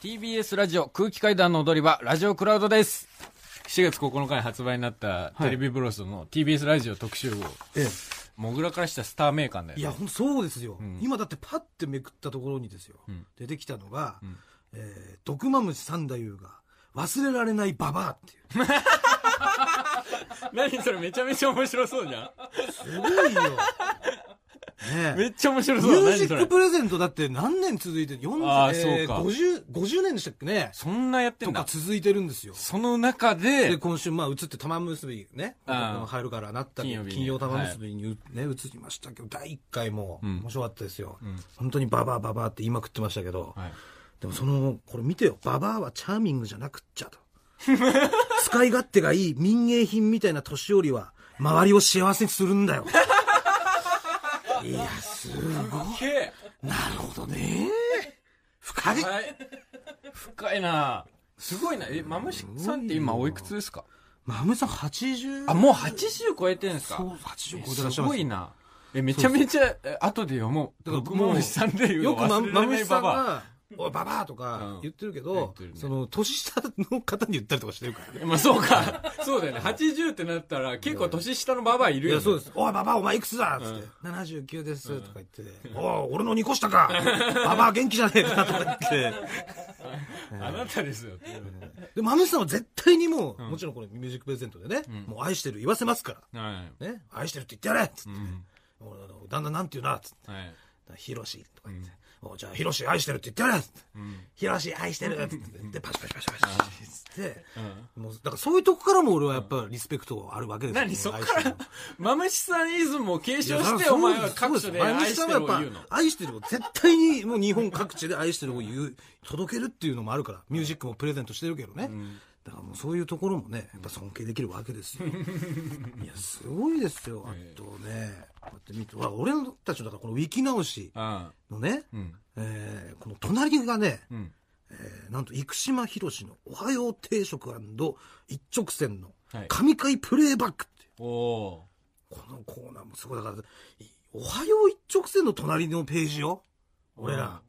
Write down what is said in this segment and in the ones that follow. TBS ラジオ空気階段の踊り場ラジオクラウドです4月9日に発売になったテレビブロスの TBS ラジオ特集号、えモグラからしたスター名鑑だよえ、ねいやほんとそうですよ、ん今だってパッてめくったところにですよ、ん出てきたのが、んえー毒まむし三太夫が忘れられないババアっていう何それめちゃめちゃ面白そうじゃす ごいよんめねえっちゃ面白ミそうューだ何ジそッれクプレゼントだって何年続いてるあ40あえーそうか 50, 50年でしたっけねそんなやってとんかだ続いてるんですよその中でで今週、まあ、移って玉結びね、こああの入るからなったり金曜日に金曜玉結びに、ね、移りましたけど、第1回もうん面白かったですよ、ん本当にババア、ババアって今食ってましたけど、はいでもその、これ見てよ、ババアはチャーミングじゃなくっちゃと、 使い勝手がいい民芸品みたいな年寄りは、周りを幸せにするん だよ。いや、すごい。なるほどね。深い。はい深いなすごいなえマムシさんって今おいくつですかまむさん80、あもう80超えてんですかそう、80超えてらっしすゃいまごすいな。え、めちゃめちゃ、え後で読もう。だから僕ももうさんで言うよくま、忘れらまれなむいしさバんバが、おい、ババアとかうん言ってるけ言っど、てるねその、年下の方に言ったりとかしてるからね。アまあそうか。 そうだよね。80ってなったら、結構年下のババアいいるよ、ね。や、そうです。おい、ババア、お前いくつだっつって、79です、とか言って、おい、俺の2個下か ババア元気じゃねえかとか言って。あなたですよ。で、まむしさんは絶対にもう、もちろんこれミュージックプレゼントでね、もう愛してる言わせますかはら、ね、愛してるって言ってやれっつってい。う、ん。俺の旦那なんて言うなっつって、はい。ヒロシとか言って、おいじゃあヒロシ愛してるって言ってやれっつって、うん。ヒロシ愛してるっつって、で、パシパシパシパシって言って、もう、だからそういうとこからも俺はやっぱリスペクトあるわけですよ。何そっ愛かしてらる、マムシさんイズムを継いや承して、そうお前は各所でそう愛してるを前言う向きのさんはやっ。ぱ愛してるを絶対にもう日本各地で愛してるを言う、届けるっていうのもあるから、ミュージックもプレゼントしてるけどね。だからもうそういうところもね、やっぱ尊敬できるわけです よ。いや、すごいですよ。あとね、こうやって見て、ほら俺たちのだからこのウィキ直しあのね、あ。うん。えーこの隣がね、うん。えーなんと生島ひろしの「おはよう定食一直線」のはい「神回プレイバック」っていうおおこのコーナーもすごいだからい「おはよう一直線」の隣のページよ俺ら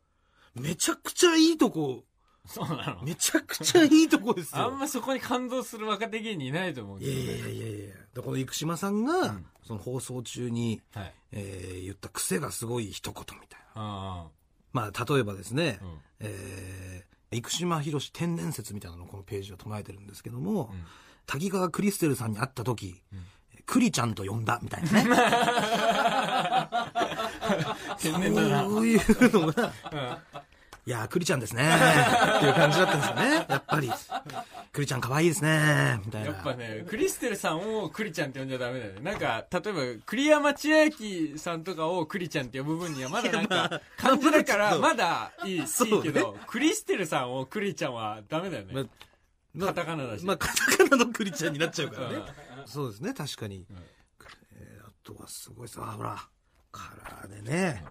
めちゃくちゃいいとこー。そうなの。めちゃくちゃいいとこですあよんまそこに感動する若手芸人いないと思うけいどやねいやいやいやいやでこの生島さんが、んその放送中に、はい。えー言った癖がすごい一言みたいなあまあ例えばですね、あ。うん。えー生島ひろし天然説みたいなのをこのページは唱えてるんですけども、ん滝川クリステルさんに会った時、クリちゃんと呼んだみたいな ね。天然だな。そういうのが、いやー、クリちゃんですね。っていう感じだったんですよね。やっぱり。クリちゃん可愛いですね。みたいな。やっぱね、クリステルさんをクリちゃんって呼んじゃダメだよね。なんか、例えば、栗山千明さんとかをクリちゃんって呼ぶ分には、まだなんか、感じだから、まだいい、いいそうねけど、クリステルさんをクリちゃんはダメだよまね。カタカナだし。まあ、カタカナのクリちゃんになっちゃうからねうん。そうですね、確かに。えーあとはすごいさ、あほら、カラーでね。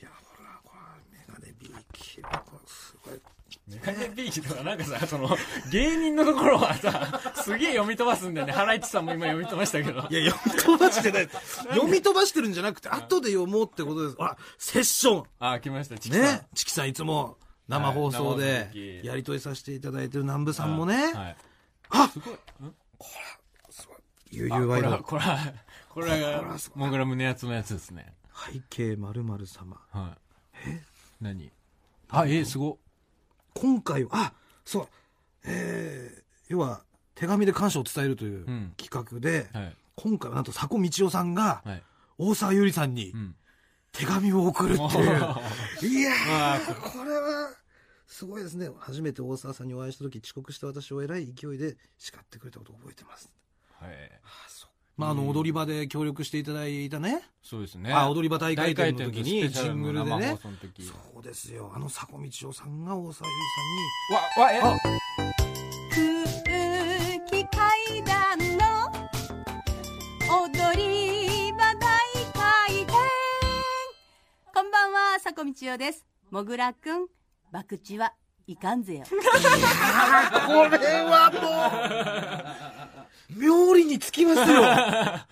いや、ほら、これ、メガネビーキー、これすごい。メガネビーキとかなんかさ、その、芸人のところはさ、すげえ読み飛ばすんだよね。ハライチさんも今読み飛ばしたけど。いや、読み飛ばしてない。読み飛ばしてるんじゃなくて、後で読もうってことです。あ、セッションあ、来ました、チキさん。ね。チキさんいつも生放送はい生で放送の時やりとりさせていただいてる南部さんもはね。い。ゆうあゆうこワイれは、のこれは、これこれがはす、ごモグラムネやつのやつですね。背景まる様。はい。え何あ、え、すご。今回は、あ、そう、えー、要は手紙で感謝を伝えるといううん企画で、はい。今回はなんと迫道夫さんがはい。大沢優里さんにうん。手紙を送るっていう。いやわあー、これは、すごいですね。初めて大沢さんにお会いした時、遅刻した私を偉い勢いで叱ってくれたことを覚えてます。はい。まあ、あの、踊り場で協力していただいたね。そうですね。あ踊り場大回転の時に大回転とスペシャのジングルでね生放送の時そうですよ。あの、迫道夫さんが大沢優わ、わ、え、空気階段の踊り場大回転こんばんはさこみちよですもぐらくん博打はいかんぜよ里さんに。これは もう、妙理につきますよ。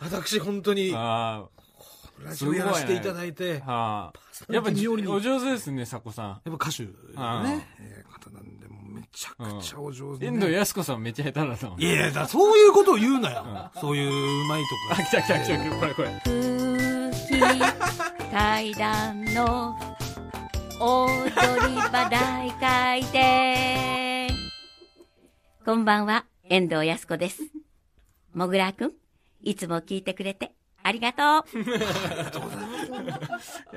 私、本当に。こあラジオやらせていただいて、はあそ。れやっぱ微妙にお上手ですね、佐古さやっぱ歌手のね、えー方なんで、もうめちゃくちゃお上ん。手で、遠藤靖子さんめっちゃ下手だったもん。いやいや、だからそういうことを言うなよ。そういううまいとあ、か。来た来た来た、これこれ。空気階段の踊り場大回転。こんばんは、遠藤康子です。もぐらくん、いつも聞いてくれてありがとう。い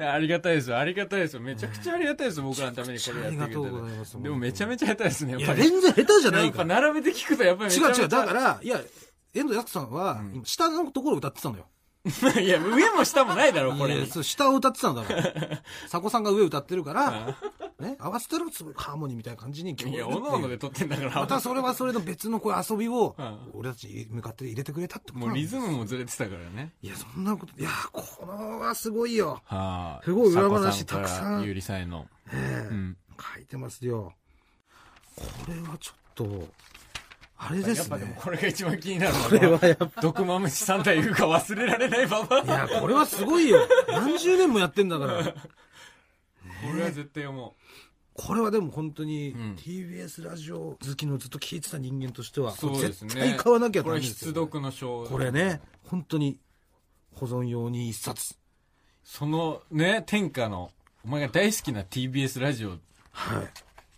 や、ありがたいですよ、ありがたいですよ。めちゃくちゃありがたいですよ、僕らのためにこれやってくれてめちゃくちゃありがとうございますでもめちゃめちゃ下手ですね、やっいぱや、り。全然下手じゃなやいっぱから。並べて聞くとやっぱりめ違ちうゃめちゃ。違う、だから、いや、遠藤やくさんは、今下のところを歌ってたのら。よ。いや、上も下もないだろ、こいれや。そう下を歌ってたんだ から。佐古さんが上歌ってるから、ね、合わせたらすごいハーモニーみたいな感じに聞こいえるや、っていうおのおので撮ってんだから。またそれはそれの別のこう遊びをん、俺たちに向かって入れてくれたってこともなうんだリズムもずれてたからね。いや、そんなこと、いや、このはすごいよ。はあ。すごい裏話佐古たくさんからゆりさえの。うん。書いてますよ。これはちょっと、あれでやっすぱでもね。これが一番気になるのこれはやっぱ、毒まむし3体いるか忘れられないまま。いや、これはすごいよ。何十年もやってんだから。これは絶対思これはでも本当にん TBS ラジオ好きのずっと聞いてた人間としては、う。そうですね。絶対買わなきゃダこメれです必よ読の章。これね、本当に保存用に一冊。そのね、天下の、お前が大好きな TBS ラジオ、はい。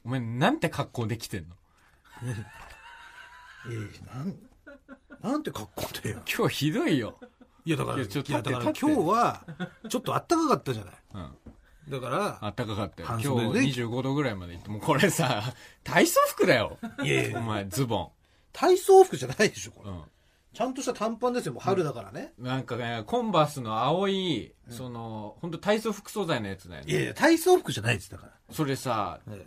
お前なんて格好できてんのええなん、なんて格好でよ。今日ひどいよ。いやだから、いいややちょっとだから今立日っては、ちょっとあったかかったじゃない。うん。だかあったかかったよ。半袖今で日25度ぐらいまで行って、もうこれさ、体操服だよ。ら、いやいおや、前、ズボ体操服じゃないでしょ、こン。れ。うん。ちゃんとした短パンですよ、もう春だからね。なんかね、コンバースの青い、その、本当体操服素材のやつだよいやね。いや、体操服じゃないです、だから。それさ、え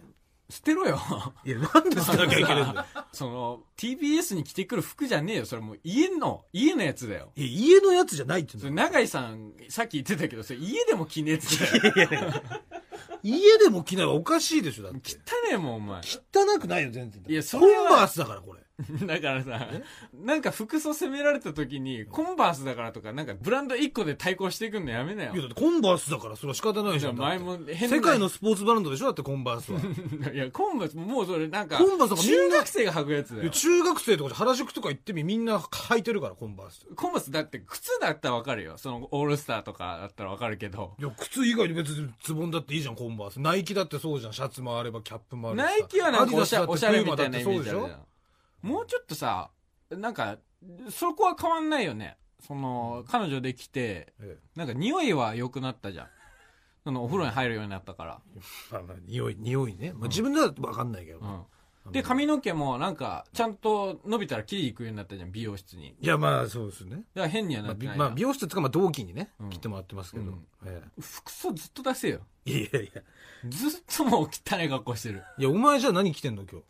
捨てろよ。えいや、なん で捨てなきゃいけないんだよ。 その、TBS に着てくる服じゃねえよ。それもう家の、家のやつだよ。 いや、家のやつじゃないってそ言うれの。永井さん、さっき言ってたけど、それ家でも着ねえっつってたよ。家でも着ないはおかしいでしょ、だって。汚ねえもん、お前。汚くないよ、全然。いやそコれはンバースだから、これ。だからさ、なんか服装責められた時に、コンバースだからとか、なんかブランド1個で対抗していくのやめなよいや、。だってコンバースだから、それは仕方ないじゃん。じゃあ前だもって変な世界のスポーツブランドでしょだってコンバースは。 いいや、コンバース、もうそれなんか、コンバースなんかみん中な学生が履くやつだやよ。中学生とか原宿とか行ってみ、みんな履いてるから、コンバース。コンバースだって靴だったらわかるよ。そのオールスターとかだったらわかるけど。いや、靴以外に別にズボンだっていいじゃん、コンバース。ナイキだってそうじゃん。シャツもあれば、キャップもあるしさナイキはなんかおしゃアデおィしダゃスだれってみたいなイプメーーマジだあるってそうじでしゃん。もうちょっとさ、なんか、そこは変わんないよね。その、彼女できて、ょ。えなんか匂いは良くなったじゃん。そのお風呂に入るようになったから。えまあまあ匂い、匂いね。まあ、自分ではわかんないけど。うん。で、髪の毛もなんか、ちゃんと伸びたら切りに行くようになったじゃん、美容室に。いや、まあ、そうですね。だから変にはまなあ、ってびないまな。あ美容室とか、まあ、同期にねうん、来てもらってますけど。うんえ服装ずっと出せよ。えいやいや。ずっともう汚い格好してる。いや、お前じゃあ何着てんの、今日。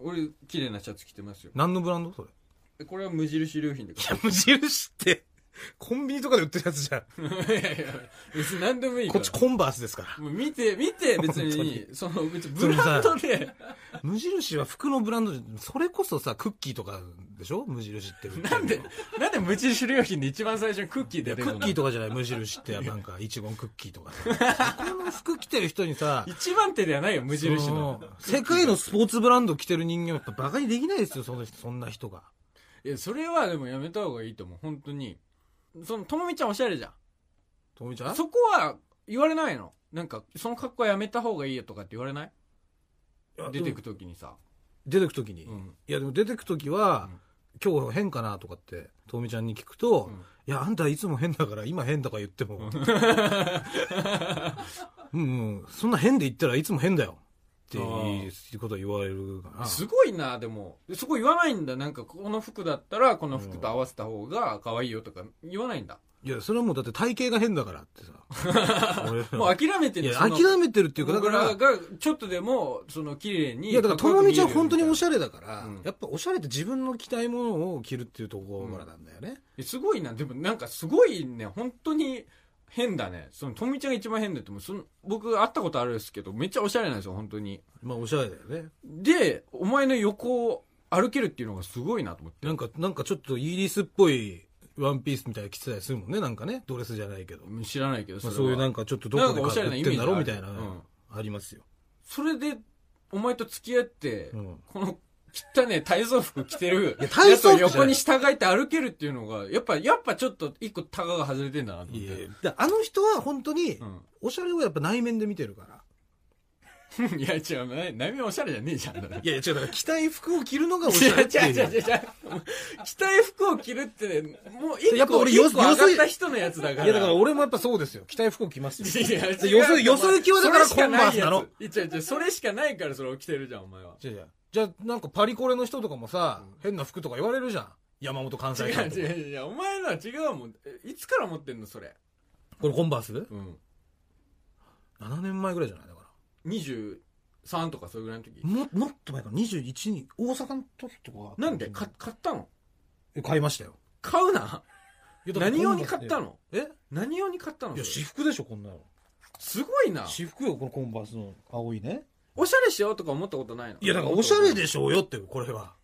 俺、綺麗なシャツ着てますよ。何のブランドそれ。これは無印良品でいや、無印って、コンビニとかで売ってるやつじゃ ん。いやいや、別に何でもいいかこら。っちコンバースですから。もう見て、見て、別に、その、別にブランドで、 無印は服のブランドじゃ、それこそさ、クッキーとかでしょ無印って。なんで、なんで無印良品で一番最初にクッキーいや出てくクるッキーのとかじゃない、無印って、なんか、イチゴンクッキーとかさ。この服着てる人にさ、一番手ではないよ、無印のそ。世界のスポーツブランド着てる人間はやっぱバカにできないですよ、その人、そんな人が。いや、それはでもやめた方がいいと思う、本当に。その、ともみちゃんおしゃれじゃともみちゃんん。そこは、言われないのなんか、その格好はやめた方がいいよとかって言われない出てくときにさ。出てくときに。うん。いや、でも出てくときは、今日変かなとかって、ともみちゃんに聞くうと、んいや、あんたいつも変だから、今変だから言っても。うん、うん、そんな変で言ったらいつも変だよ。っていうことは言われるかな。すごいな、でも。そこ言わないんだ。なんか、この服だったら、この服と合わせた方が可愛いよとか言わないんだ。いや、それはもうだって体型が変だからってさ。 俺らもう諦めているや、諦めてるっていうか、だだかから、がら、ちょっとでも、その、綺麗に。いや、だから、ともみちゃん本当におしゃゃれだから、うんやっぱおしゃれって自分の着たいものを着るっていうところからなんだよね。れ。すごいな。でも、なんか、すごいね、本当に、変だね。その、ともみちゃんが一番変だって、もうその僕、会ったことあるんですけど、めっちゃおしゃれなんですよ、本当に。まあ、おしゃれだよね。で、お前の横を歩けるっていうのがすごいなと思って。なんか、なんかちょっとイギリスっぽいワンピースみたいなの着てたりするもんね、なんかね。ドレスじゃないけど。ま知らないけどあ、そういうなんかかちょっとどこでなんかおしゃれな買イっメーてジんだろうみたいあなるうん、ありますよ。それでお前と付き合って、うんこの汚ね体操服着てるいや体操服じゃないやつを横に従えて歩けるっていうのがやっぱやっぱちょっと一個タガが外れてんだなと思っいやいてやだからあの人は本当にう、んおしゃれをやっぱ内面で見てるから。いや違うな内面おしゃれじゃねえじゃんだからいやいや、違う、だから着たい服を着るのが違う違う違う違うおしゃれっていう。着たい服を着るってねもう一個やっぱ俺よ一個上がった人のやつだからいやだから俺もやっぱそうですよ。着たい服を着ますよ。いや違うよそよそ行きはだからそれしかないやつコンバースなのいや違う違うそれしかないからそれを着てるじゃんお前はじゃあじゃあなんかパリコレの人とかもさ、変な服とか言われるじゃん。山本関違西さんうとか。違う違うお前のは違うもんえいつから持ってんのそれこれコンバースうん ?7 年前ぐらいじゃないだから。 23とかそれぐらいの時も、もっと前から21に、大阪の時とか。なんでか買ったのえ買いましたよ。買うないやだから何用に買ったのえ何用に買ったのいや、そ私れ服でしょ、こんなの。すごいな私服よ、このコンバースの青いね。おしゃれしようとか思ったことないのいや、だからおしゃれでしょうよって、これは。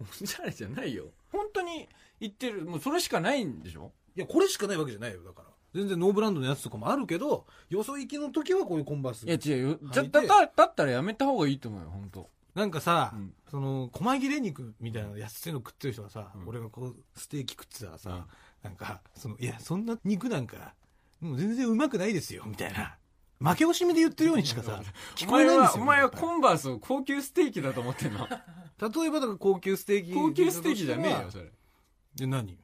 おしゃれ じゃないよ本当に言ってるもうそれしかないんでしょいや、これしかないわけじゃないよ、だから。全然ノーブランドのやつとかもあるけど、よそ行きの時はこういうコンバース。いや違うよはいじゃだだだったらやめた方がいいと思うよ本当なんかさ、うんその、細切れ肉みたいなの安いの食ってる人がさ、うん俺がこう、ステーキ食ってたらさ、なんか、その、いや、そんな肉なんか、もう全然うまくないですよ、みたいな。負け惜しみで言ってるようにしかさ、聞 おこえ前ないんではすよ。お前はやっぱりコンバースを高級ステーキだと思ってんの例えばだから高級ステーキ。 高級ステーキじゃねえよそれいや、何よ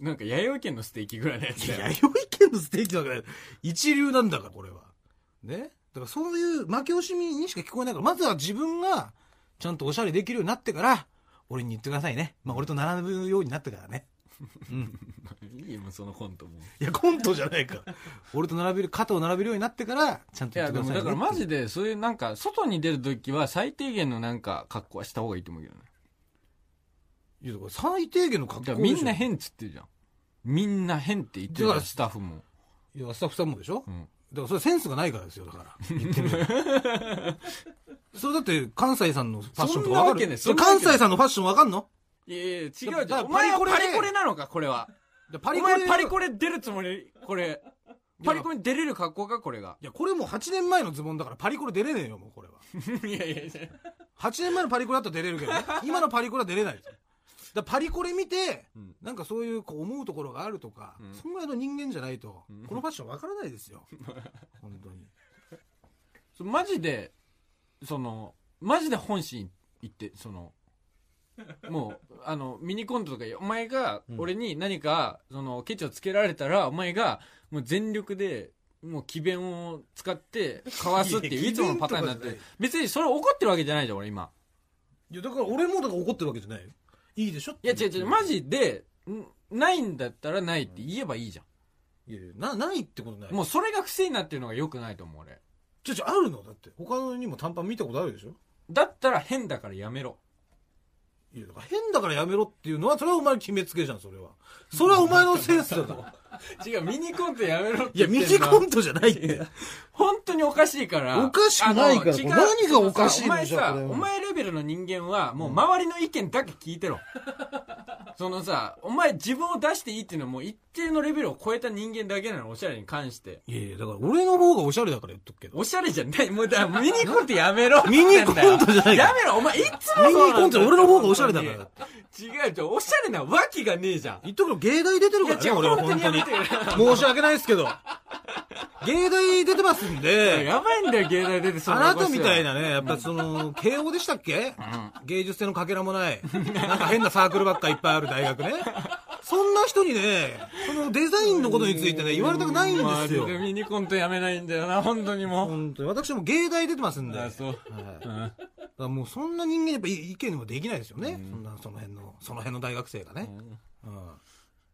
なんか弥生県のステーキぐらいのやついだや、よ弥生県のステーキだから、一流なんだから、これは。ね。だからそういう負け惜しみにしか聞こえないから、まずは自分が、ちゃんとおしゃれできるようになってから、俺に言ってくださいね。まあ、俺と並ぶようになってからね。うん。いいよもうそのコントも いや、コントじゃないから。俺と並べる、肩を並べるようになってから、ちゃんとい言っやでてくだもさいね。だからマジでそういうなんか外に出る時は最低限のなんか格好はした方がいいと思うけどねいやだから最低限の格好だでかしょらみんな。変っつってるじゃんみんな変って言ってるじゃんスタッフも、いや、スタッフさんもでしょ、うん、だからそれセンスがないからですよ、だから。言ってみれば それだって関西さんのファッションそとかわんなわかけねえるそんなわけね関え西さんのファッションわかんのいやいや違うじだかゃんらお前はパリコレパでリコレなのかこれはパおリコ前レ。パリコレ出るつもりこれやパリコレに出れる格好かこれ がいや、これもう8年前のズボンだからパリコレ出れねえよ、もうこれは。いやいやいや8年前のパリコレだったら出れる けどね。今のパリコレは出れないですよだからパリコレ見て、うんなんかそういうこう思うところがあるとか、うんそんぐらいの人間じゃないと、うんこのファッションわからないで すよ。本当に。そマジでそのマジで本心言ってそのもうあのミニコントとかお前がうん俺に何か、そのケチをつけられたらお前がもう全力でもう詭弁を使ってかわすっていいやういやいつものパターンになっ詭て弁とか別にそれ怒ってるわけじゃないじゃん俺今いや、だから俺もだから怒ってるわけじゃないよ。いいでしょいや違う違うマジでんないんだったらないって言えばいいじゃんいやいやな、ないってことない。もうそれが癖になってるのが良くないと思う俺ちょちょ、あるのだって。他のにも短パン見たことあるでしょだったら変だからやめろいや、だから変だからやめろっていうのは、それはお前の決めつけじゃん、それは。それはお前のセンス だから。違うミニコントやめろっていや、ミニコントじゃないっいてや。本当におかしいからおかしくないからあの違う何がおかしいのお前じゃあさこれはお前レベルの人間はもう周りの意見だけ聞いてろ、そのさお前自分を出していいっていうのはもう一定のレベルを超えた人間だけなのおしゃれに関していやいや、だから俺の方がおしゃれだから言っとくけど。おしゃれじゃないもうだミニコントやめろミニコントじゃないやめろお前いつもそうなミんだよニコント俺の方がおしゃれだから。違う違うおしゃれなわけがねえじゃん言っとくけど、芸大出てるからいね、や違う俺は本当本に当に。やめて申し訳ないですけど。芸大出てますんで、やばいんだよ芸大出てそんあななことたしてみたいなね、やっぱその、慶応でしたっけ芸術性のかけらもない。なんか変なサークルばっかいっぱいある大学ね。そんな人にね、そのデザインのことについてね、言われたくないんですよマジ。ミニコントやめないんだよな本当にも本当に。私も芸大出てますんうで。あそうはいうんだからもうそんな人間やっぱい意見もできないですよね、そんなその辺のその辺の大学生がね、うん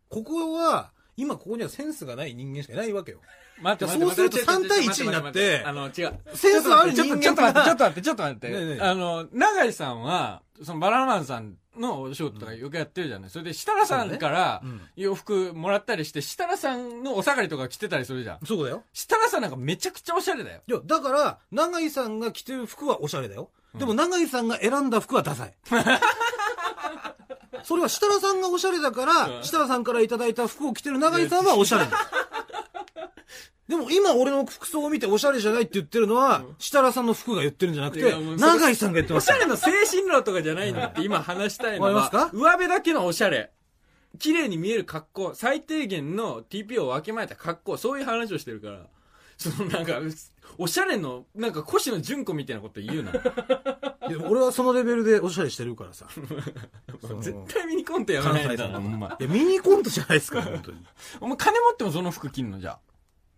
ここは今ここにはセンスがない人間しかいないわけよ待っていやそうすると3対1になってあの、違う。センスあるちょっと人間待って、がちょっと待って、ちょっと待って、ちょっと待って。ねえねえあの、永井さんは、そのバナナマンさんのお仕事とかよくやってるじゃない。それで、設楽さんからそうね洋服もらったりして、設楽さんのお下がりとか着てたりするじゃん。そうだよ設楽さんなんかめちゃくちゃおしゃれだよ。いやだから永井さん が着てる服はおしゃれだよでも永井さんが選んだ服はダサい、それは設楽さんがおしゃれだから、うん設楽さんからいただいた服を着てる永井さんはおしゃれです。でも今俺の服装を見ておしゃれじゃないって言ってるのは、設楽さんの服が言ってるんじゃなくいて、やもうそれ永井さんが言ってまおすしゃ。れの精神論とかじゃないのって今話したいのわはかりますか上辺だけのおしゃれ綺麗に見える格好最低限の TP を分けまえた格好そういう話をしてるからそのなんかおしゃれのなんか腰の純子みたいなこと言うないや俺はそのレベルでおしゃれして るからさ。その絶対ミニコントやらないんだなお前いや、ミニコントじゃないですから、本当に。お前金持ってもその服着んのじゃあ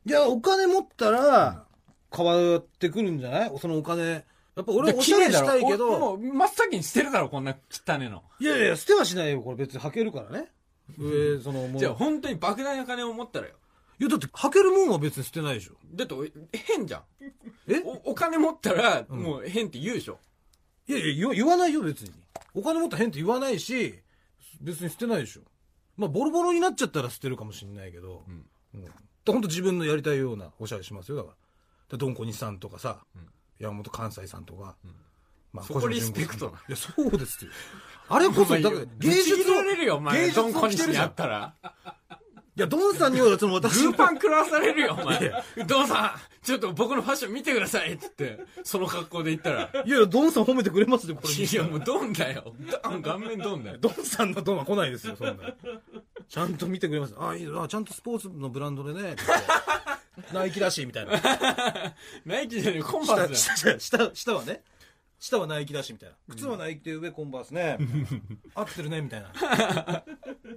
いや、お金持ったら、変わってくるんじゃないそのお金。やっぱ俺はおしゃれしたいけおもど、う真っ先に捨てるだろこんな汚ねのいやいや、捨てはしないよ、これ別に履けるからね。上、その、もう。いじゃあや、本当に莫大な金を持ったらよだって履けるもんは別に捨てないでしょ。だってお変じゃんえおお金持ったらもう変って言うでしょ、いやいや、言わ言わないよ、別に。お金持ったら変って言わないし、別に捨てないでしょ。まあ、ボロボロになっちゃったら捨てるかもしれないけど、んうん。ほんと自分のやりたいようなおしゃれしますよ、だから。だドンコニさんとかさ、山本関西さんとか、まそこリスペクトいや、そうですよ。あれこそ、だから芸ぶ術ち切をられるよ、お前。芸術ドンコをニ着してにるじゃやん。ったら。いや、ドンさんには、そのグ私ーの、パン食らわされるよ、おい前や。ドンさん、ちょっと僕のファッション見てくださいっつって、その格好で言ったら。いやいや、ドンさん褒めてくれますよ、これ。いや、もうドンだよ。ドン、顔面ドンだよ。ドンさんのドンは来ないですよ、そんな。ちゃんと見てくれます。あ、いいあちゃんとスポーツのブランドでね、って言ってナイキらしいみたい な。ナイキじゃねえ、コンバー下、スだよ。下、下、下はね。下はナイキだし、みたいな。靴はナイキで上コンバース ね。合ってるね、みたいな。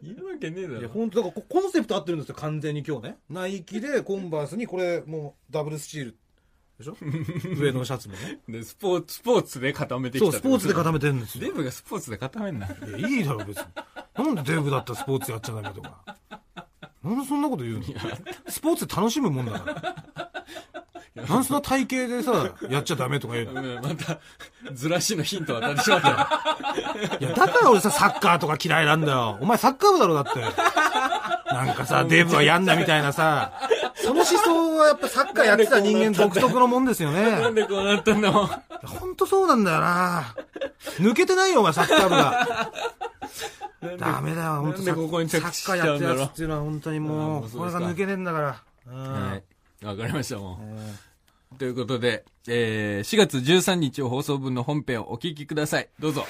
いるわけねえだいや、ろ。本当だからこコンセプト合ってるんですよ、完全に今日ね。ナイキでコンバースに、これ、もう、ダブルスチール。で しょ上のシャツもね。で、スポーツ、スポーツで固めてきたそっう、てスこと。ポーツで固めてるんですデよ。ブがスポーツで固めんな。いや、いいだろ、別に。なんでデブだったらスポーツやっちゃダメとか。なんでそんなこと言うのスポーツって楽しむもんだから。なんでそんな体型でさ、やっちゃダメとか言うのうん、また、ずらしのヒント渡ってしまったよ。いや、だから俺さ、サッカーとか嫌いなんだよ。お前サッカー部だろ、だって。なんかさ、デブはやんなみたいなさ、その思想はやっぱサッカーやってた人間独特のもんですよなんね。でこうなったんだもん。ほんとそうなんだよな。抜けてないよ、お前サッカー部が。ダメだよ、ほんとなんでここに着サ地ッカーやってるやつっていうのは本当にもあーう、そうでこれすかが抜けねえんだから。うんはい。わかりました、もう。ということで、えー4月13日を放送分の本編をお聞きください。どうぞ。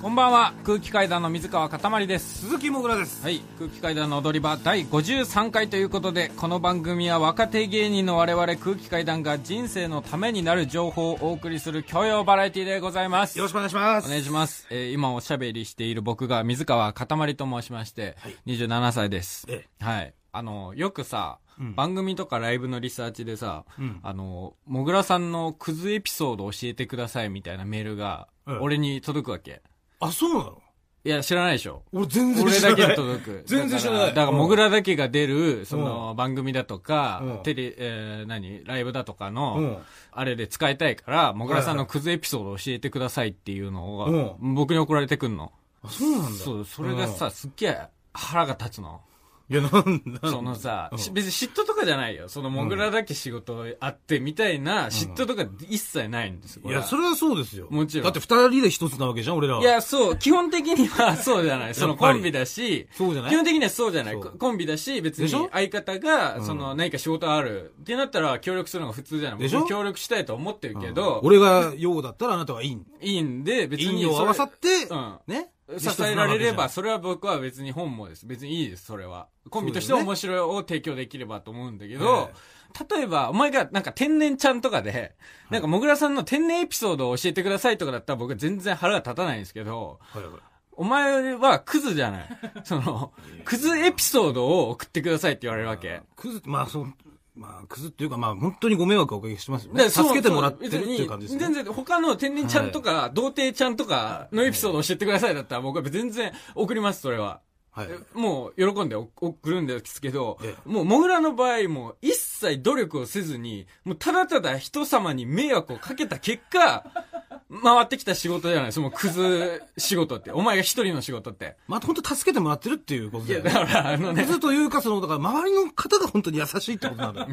こんばんは、空気階段の水川かたまりです。鈴木もぐらです。はい、空気階段の踊り場第53回ということで、この番組は若手芸人の我々空気階段が人生のためになる情報をお送りする教養バラエティでございますよ。ろしくお願いします。お願いします。えー今おしゃべりしている僕が水川かたまりと申しまして、27歳です。えはい。あの、よくさ、うん番組とかライブのリサーチでさ、うんあの、もぐらさんのクズエピソード教えてくださいみたいなメールがええ、俺に届くわけ。あ、そうなのいや、知らないでしょ。俺全然俺知らだけながい。届く。 全然知らないだから、だからうんもぐらだけが出る、その、番組だとか、うんテレ、えー何ライブだとかうのん、あれで使いたいから、もぐらさんはいはのいクズエピソードを教えてくださいっていうのが、僕に送られてくんの。あ、そうなんだ。そう、それがさ、すっげえ腹が立つの。いや、なんだ。そのさ、し別に嫉妬とかじゃないよ。その、もぐらだけ仕事あってみたいな、嫉妬とか一切ないんですよ。こいれはや、それはそうですよ。もちろんだって二人で一つなわけじゃん、俺らは。いや、そう、基本的にはそうじゃない。そのやっぱコりンビだし、そうじゃない基本的にはそうじゃない。そうココンビだし、別でしにょ相方が、その、何か仕事あるってなったら協力するのが普通じゃない。でしょ僕も協力したいと思ってるけど、俺が陽だったらあなたはいいん。いいんで、別陰に。陽合わさって、うんね。支えられれば、一つそれは僕は別に本望です。別にいいです、それは。コンビとしてそうだよね面白いを提供できればと思うんだけなどわけ、例えば、お前がなんか天然ちゃんとかで、なんかもぐらさんの天然エピソードを教えてくださいとかだったら僕は全然腹が立たないんですけど、じゃんはいはいお前はクズじゃない。そ の、クズエピソードを送ってくださいって言われるわけ。クズ、まあそう、まあクズっていうか、まあ本当にご迷惑をおかけしてますよでね。そう助けてもらってるっていう感じです別にね。全然他の天然ちゃんとか、童貞ちゃんとかのエピソードを教えてくださいだったら僕は全然送ります、それは。はい。もう喜んでお送るんですけどえ、もうモグラの場合もう一切努力をせずに、もうただただ人様に迷惑をかけた結果、 回ってきた仕事じゃない、そのクズ仕事って。お前が一人の仕事って。まあ本当助けてもらってるっていうこといだや、よだね。からあのクね、ズというか、その、だから周 りの方が本当に優しいってことなんだよ。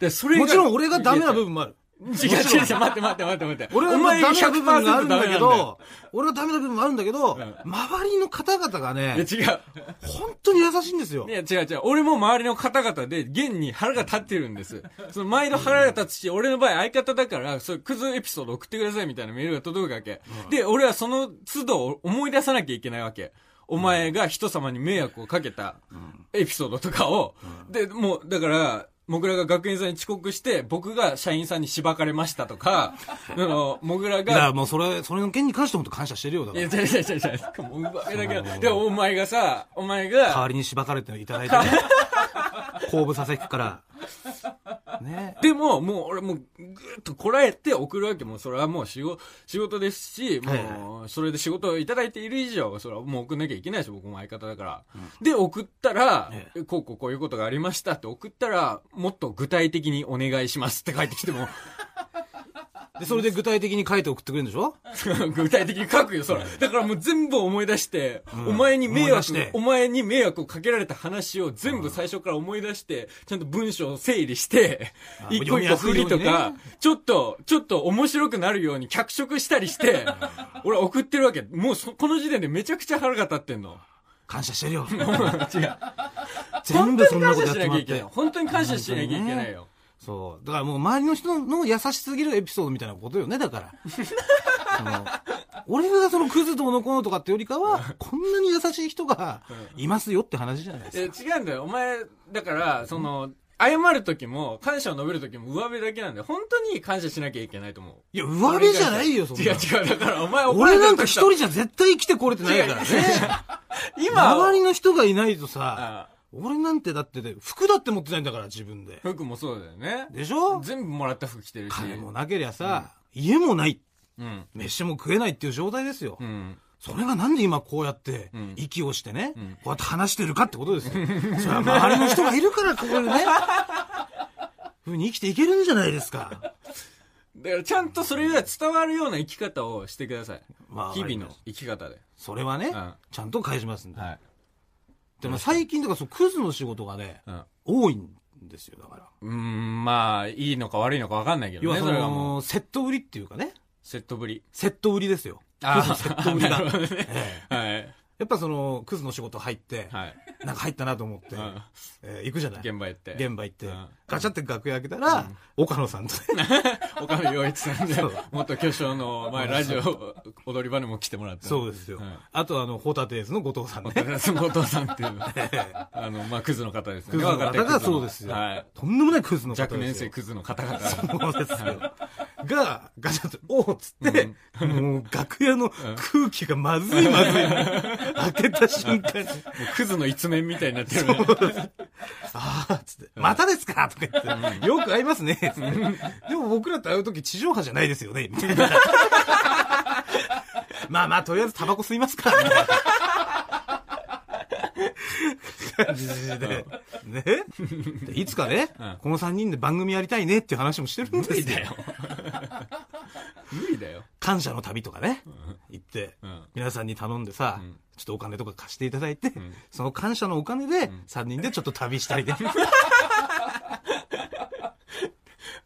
でそれがもちろん俺がダメな部分もある。違う違う違う、待って待って待って待って。俺はおまあ前ダメな部分があるんだけ100%ダメなんど、俺はダメな部分もあるんだけど、ん周りの方々がだよね、いや違う。本当に優しいんですよい。や、違う違う。俺も周りの方々で、現に腹が立ってるん です。その、毎度腹が立つし、俺の場合相方だから、そういうクズエピソード送ってくださいみたいなメールが届くわけ。で、俺はその都度思い出さなきゃいけないわけ。お前が人様に迷惑をかけたエピソードとかを、で、もう、だから、モグラが学園さんに遅刻して、僕が社員さんにしばかれましたと か、あの、モグラいや、が、もうそれ、それの件に関して本当感謝してるよ。だいかや、違らう、違う違う違う。もう、うわだけど、でもお前がさ、お前が、代わりにしばかれていただいて ね。後部させっから。ね。でも、もう俺もうぐーっとこらえて送るわけもうそれはもう仕事仕事ですし、もうそれで仕事をいただいている以上、それはもう送んなきゃいけないし、僕も相方だから。で、送ったら、えこうこうこういうことがありましたって送ったら、もっと具体的にお願いしますって返ってきても、で、それで具体的に書いて送ってくれるんでしょ 具体的に書くよ、それ。だからもう全部思い出して、んお前に迷思い出惑して、お前に迷惑をかけられた話を全部最初から思い出して、ちゃんと文章を整理してあ、一個一個振りと読みやすいようか、ちょっと、ちょっと面白くなるように脚色したりして、俺送ってるわけ。もうそこの時点でめちゃくちゃ腹が立ってん の。感謝してるよ。違う。 全部そんな感こ謝とやっしてなきゃもらっいけない。て。本当に感謝しなきゃいけないよ。そう。だからもう周りの人の優しすぎるエピソードみたいなことよね、だから。その俺がそのクズどうのこうのとかってよりかは、こんなに優しい人がいますよって話じゃないですえ違うんだよ。お前、だから、その、謝る時も、感謝を述べる時も上辺だけなんで、本当に感謝しなきゃいけないと思う。いや、上辺じゃないよ、そん違うな。違う、だからお前怒ら俺れたな時んか一人じゃ絶対生きてこれてないからね。今、周りの人がいないとさ、あ俺なんてだってね、服だって持ってないんだから、自分で。服もそうだよね。でしょ全部もらった服着てるし。金もなけりゃさ、家もない、うん。飯も食えないっていう状態ですよ。うん。それがなんで今こうやってうん、息をしてね、んこうやって話してるかっ てことですよ。それは周りの人がいるから、こういうね、ふうに生きていけるんじゃないですか。だからちゃんとそれが伝わるような生き方をしてください。まあ日わかり々まのし生き方で。それはね、うんちゃんと返しますんで。はい。でも最近、だからそうクズの仕事がね、うん多いんですよ、だから。うーん、まあ、いいのか悪いのか分かんないけ要どはね、そそれはもう。の、セット売りっていうかね、セットぶり。セット売りですよ。あクズの セット売 りなが。るほどね。え はえい。やっぱその、クズの仕事入って、はい。なんか入ったなと思って、うんえー行くじゃない。現場行って。現場行って、うんガチャって楽屋開けたら、岡野さんとね、岡野陽一さんでそう、元巨匠の前ラジオ、踊り場にも来てもらって。そうですよ。はいあと、あの、ホタテーズの後藤さんね。お父さんって いう、あの、まあ、クズの方ですね。クズの方若手クズがのそうですよ。はい。とんでもないクズの方ですよ。若年生クズの方々。そうです よ。が、ガチャって、おうっつって、もう楽屋の空気がまずい まずい。開けた瞬間に、もうクズの一面みたいになってるね。ああ、つって、またですかとか言って、よく会いますね。つってでも僕らと会うとき地上波じゃないですよね。みたいなまあまあ、とりあえずタバコ吸いますか。みたいな感じで。ね。でいつかね、んこの3人で番組やりたいねっていう話もしてるん無で理すだよ。よ。無理だよ。感謝の旅とかね、行ってうん、皆さんに頼んでさ、ちょっとお金とか貸していただいてん、その感謝のお金で3人でちょっと旅したいね。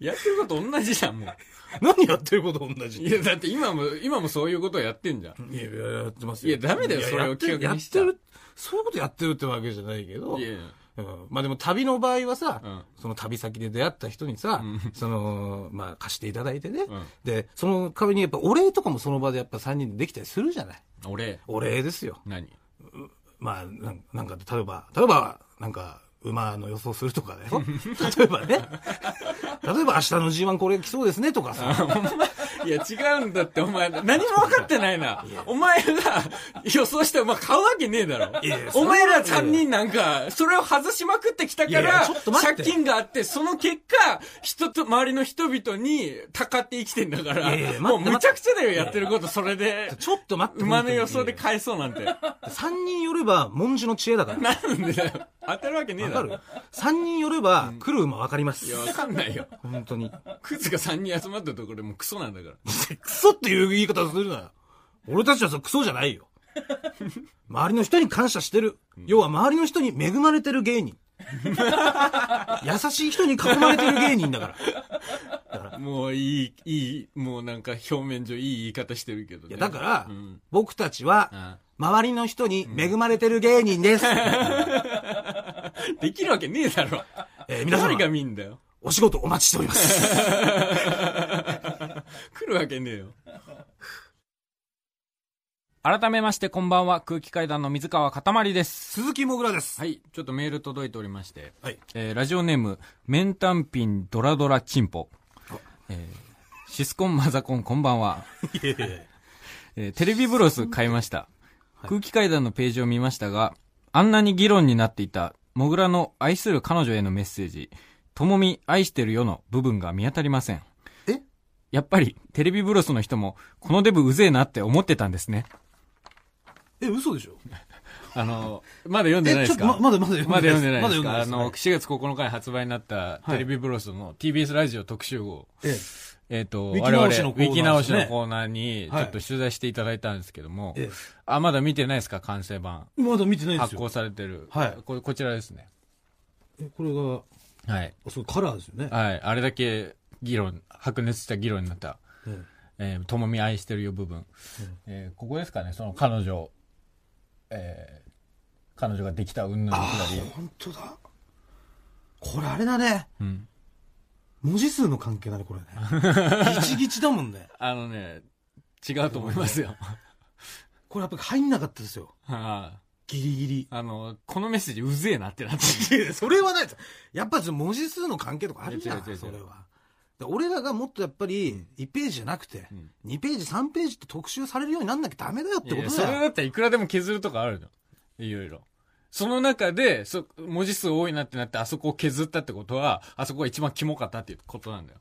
やってること同じじゃん、もう。何やってること同じ。いや、だって今も、今もそういうことやってんじゃん。いや、いややってますいやダメだよいやそれをやってる企画にしたやってる、そういうことやってるってわけじゃないけど、いやいやうんまあでも旅の場合はさ、うんその旅先で出会った人にさ、うんその、まあ貸していただいてね、うんで、その代わりにやっぱお礼とかもその場でやっぱ3人でできたりするじゃない。俺、お礼ですよ。何まあ、なんなんか、例えば、例えば、なんか、馬の予想するとかだよ。例えばね。例えば明日の G1 これ来そうですねとかさ。いや、違うんだって、お前。何も分かってないな。お前が予想して、お前買うわけねえだろいやいや。それお前ら3人なんか、それを外しまくってきたいかやいやら、ちょっと待って借金があって、その結果、人と、周りの人々に、たかって生きてんだかいやいら、やもう待ってむちゃくちゃだよ、やってること、それで。ちょっと待って。馬の予想で3買えそうなんて。人寄れば、文字の知恵だから。なんでだよ。当たるわけねえわだかろ。る ?3 人寄れば、来る馬わかりまいすや、。わかんないよ。本当に。クズが3人集まったところでもうクソなんだから。クソっていう言い方するなよ。俺たちはそれクソじゃないよ。周りの人に感謝してる。要は周りの人に恵まれ てる芸人。優しい人に囲まれてる芸人だから。だからもういい、いい、もうなんか表面上いい言い方してるけど、ね。いやだからうん。僕たちは、あ周りの人に恵まれてる芸人です。あできるわけねえだろ。えー皆様誰、が見んだよ。お仕事お待ちしてお ります。来るわけねえよ。改めましてこんばんは、空気階段の水川かたまりです。鈴木もぐらです。はい、ちょっとメール届いておりまして、はいえーラジオネーム、メンタンピンドラドラチンポ、えーシスコンマザコンこんばんは、 えーテレビブロス買いました。空気階段のページを見ましたが、あんなに議論になっていた、モグラの愛する彼女へのメッセージ、ともみ愛してるよの部分が見当たりません。えやっぱり、テレビブロスの人も、このデブうぜえなって思ってたんですね。え、嘘でしょあの、まだ読んでないでえ、ちょすっかとま、まだまだ読まだ読んでないまでだす読んでかないあです。の、4月9日に発売になったいテレビブロスの TBS ラジオ特集号、えええっ、と、ウィ我キ々、直ウしのコーナーですねィキ直しのコーナーにちょはいっと取材していただいたんですけども、えあ、まだ見てないですか完成版。えまだ見てないです発よ行。されてる。はいこれこちらですね。えこれが、はい。あ、そう、カラーですよね。はい。あれだけ議論、白熱した議論になった、ええー、ともみ愛してるよ部分。えーここですかね、その彼女、えー、彼女ができた云々のくだえり。本当だ。これあれだね。うん。文字数の関係だね、これね。ギチギチだもんね。あのね、違うと思いますよ。これやっぱ入んなかったですよ。はいギリギリ。あの、このメッセージうぜえなってなって。いやそれはないです。やっぱその文字数の関係とかあるじいゃ、や違う違うん違うそれは。で俺らがもっとやっぱり、1ページじゃなくて、ん2ページ、3ページって特集されるようになんなきゃダメだよっていこやとそれだよ。だったらいくらでも削るとかあるの。いろいろ。その中で、そ、文字数多いなってなって、あそこを削ったってことは、あそこが一番キモかったっていうことなんだ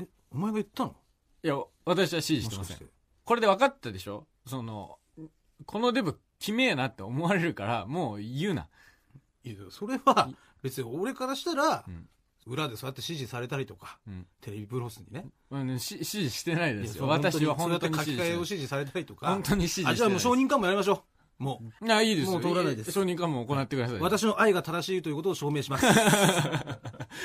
よ。お前が言ったのいや、私は指示してません。これで分かったでしょその、このデブ、きめえなって思われるから、もう言うな。いやそれはい別に俺からしたら、うん裏でそうやって指示されたりとか、うんテレビブロスにねうん、し指示してないですよ。いやそう私は本当にそうやっ指て書き示換えをして指示されたりとかない。本当に指示してないあじゃあもう承認かもやりましょうもうあ、いいですよもう通らないです承認かも行ってください。私の愛が正しいということを証 明します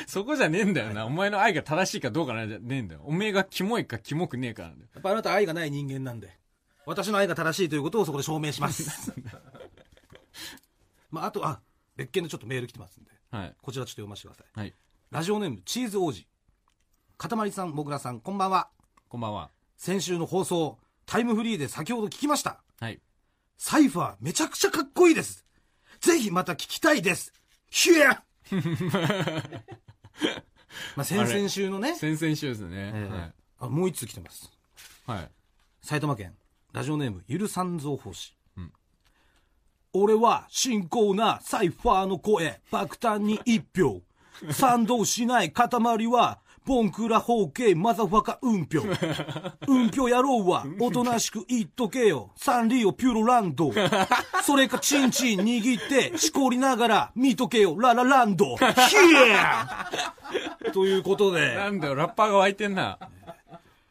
そこじゃねえんだよな。お前の愛が正しいかどうかなんじゃねえんだよ。おめえがキモいかキモくねえかなんだよ。やっぱあなた愛がない人間なんで私の愛が正しいということをそこで証明します まああとあ別件でちょっとメール来てますんではい。こちらちょっと読ませてくださいはい。ラジオネームチーズ王子かたまりさんもぐらさんこんばんはこんばんは。先週の放送タイムフリーで先ほど聞きましたはい。サイファーめちゃくちゃかっこいいです。ぜひまた聞きたいです。ヒューまあ先々週のね、先々週ですね。えーあもう一通来てます。はい。はい。埼玉県、ラジオネーム、ゆるさんぞう法師。うん俺は信仰なサイファーの声、爆誕に一票。賛同しない塊は、ボンクラ方形マザファカ運票。運票野郎は、おとなしく言っとけよ。サンリオピュロランド。それかチンチン握って、しこりながら見とけよ。ララランド。ヒエーということで。なんだよ、ラッパーが湧いてんな。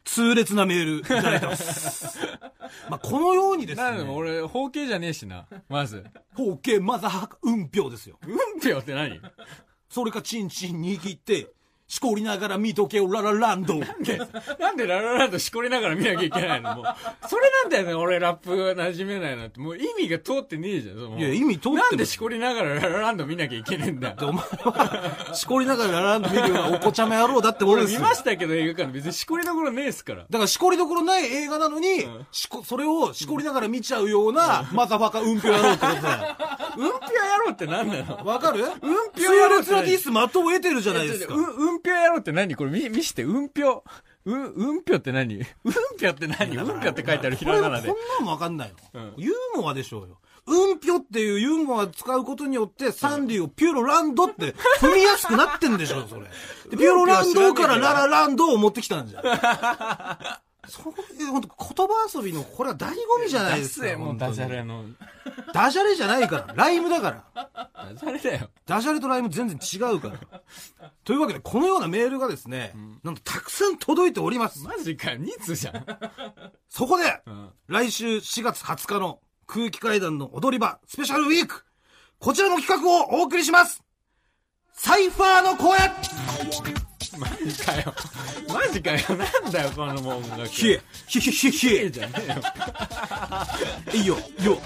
痛烈なメールいただいてます。 まあ、このようにですなんだよ、ね、俺、包茎じゃねえしな。まず。方形マザハ運票ですよ。うんぴょって何それかチンチン握って、しこりながら見とけよ、ララランド。でなんでララランドしこりながら見なきゃいけないのもう。それなんだよね、俺ラップ馴染めないなって。もう意味が通ってねえじゃん。そのいや、意味通ってなんでるしこりながらララランド見なきゃいけねえんだよ。お前は、しこりながらララランド見るようなお子ちゃま野郎だって俺俺です見よ。ましたけど映画館で別にしこりどころねえっすから。だからしこりどころない映画なのに、しこ、それをしこりながら見ちゃうような、マザファカ運票野郎ってことだ よ。うんぴょやろうって何なのわかる運痛票野郎って烈なディス的を得てるじゃないですか。う、うんぴょやろうって何これ見、見して、うんぴょ。う、うんぴょって何うんぴょって何うんぴょって書いてあるひらがなでこ。れはこんなんもわかんないの、うんユーモアでしょうよ。うんぴょっていうユーモア使うことによって、サンリオ、ピュロランドって踏みやすくなってんでしょ、それ。で、ピュロランドからララランドを持ってきたんじゃん。そういう、本当言葉遊びの、これは醍醐味じゃないダですセか。えもう本当ダにジャレの。ダジャレじゃないから。ライムだから。ダジャレだよ。ダジャレとライム全然違うから。というわけで、このようなメールがですね、なんとたくさん届いております。マジか、ニツじゃん。そこで、うん来週4月20日の空気階段の踊り場スペシャルウィークこちらの企画をお送りしますサイファーの声マジかよ。マジかよ。なんだよ、この音楽。ひえ、ひひひひええ、じゃねえよ。いいよ、いいよ。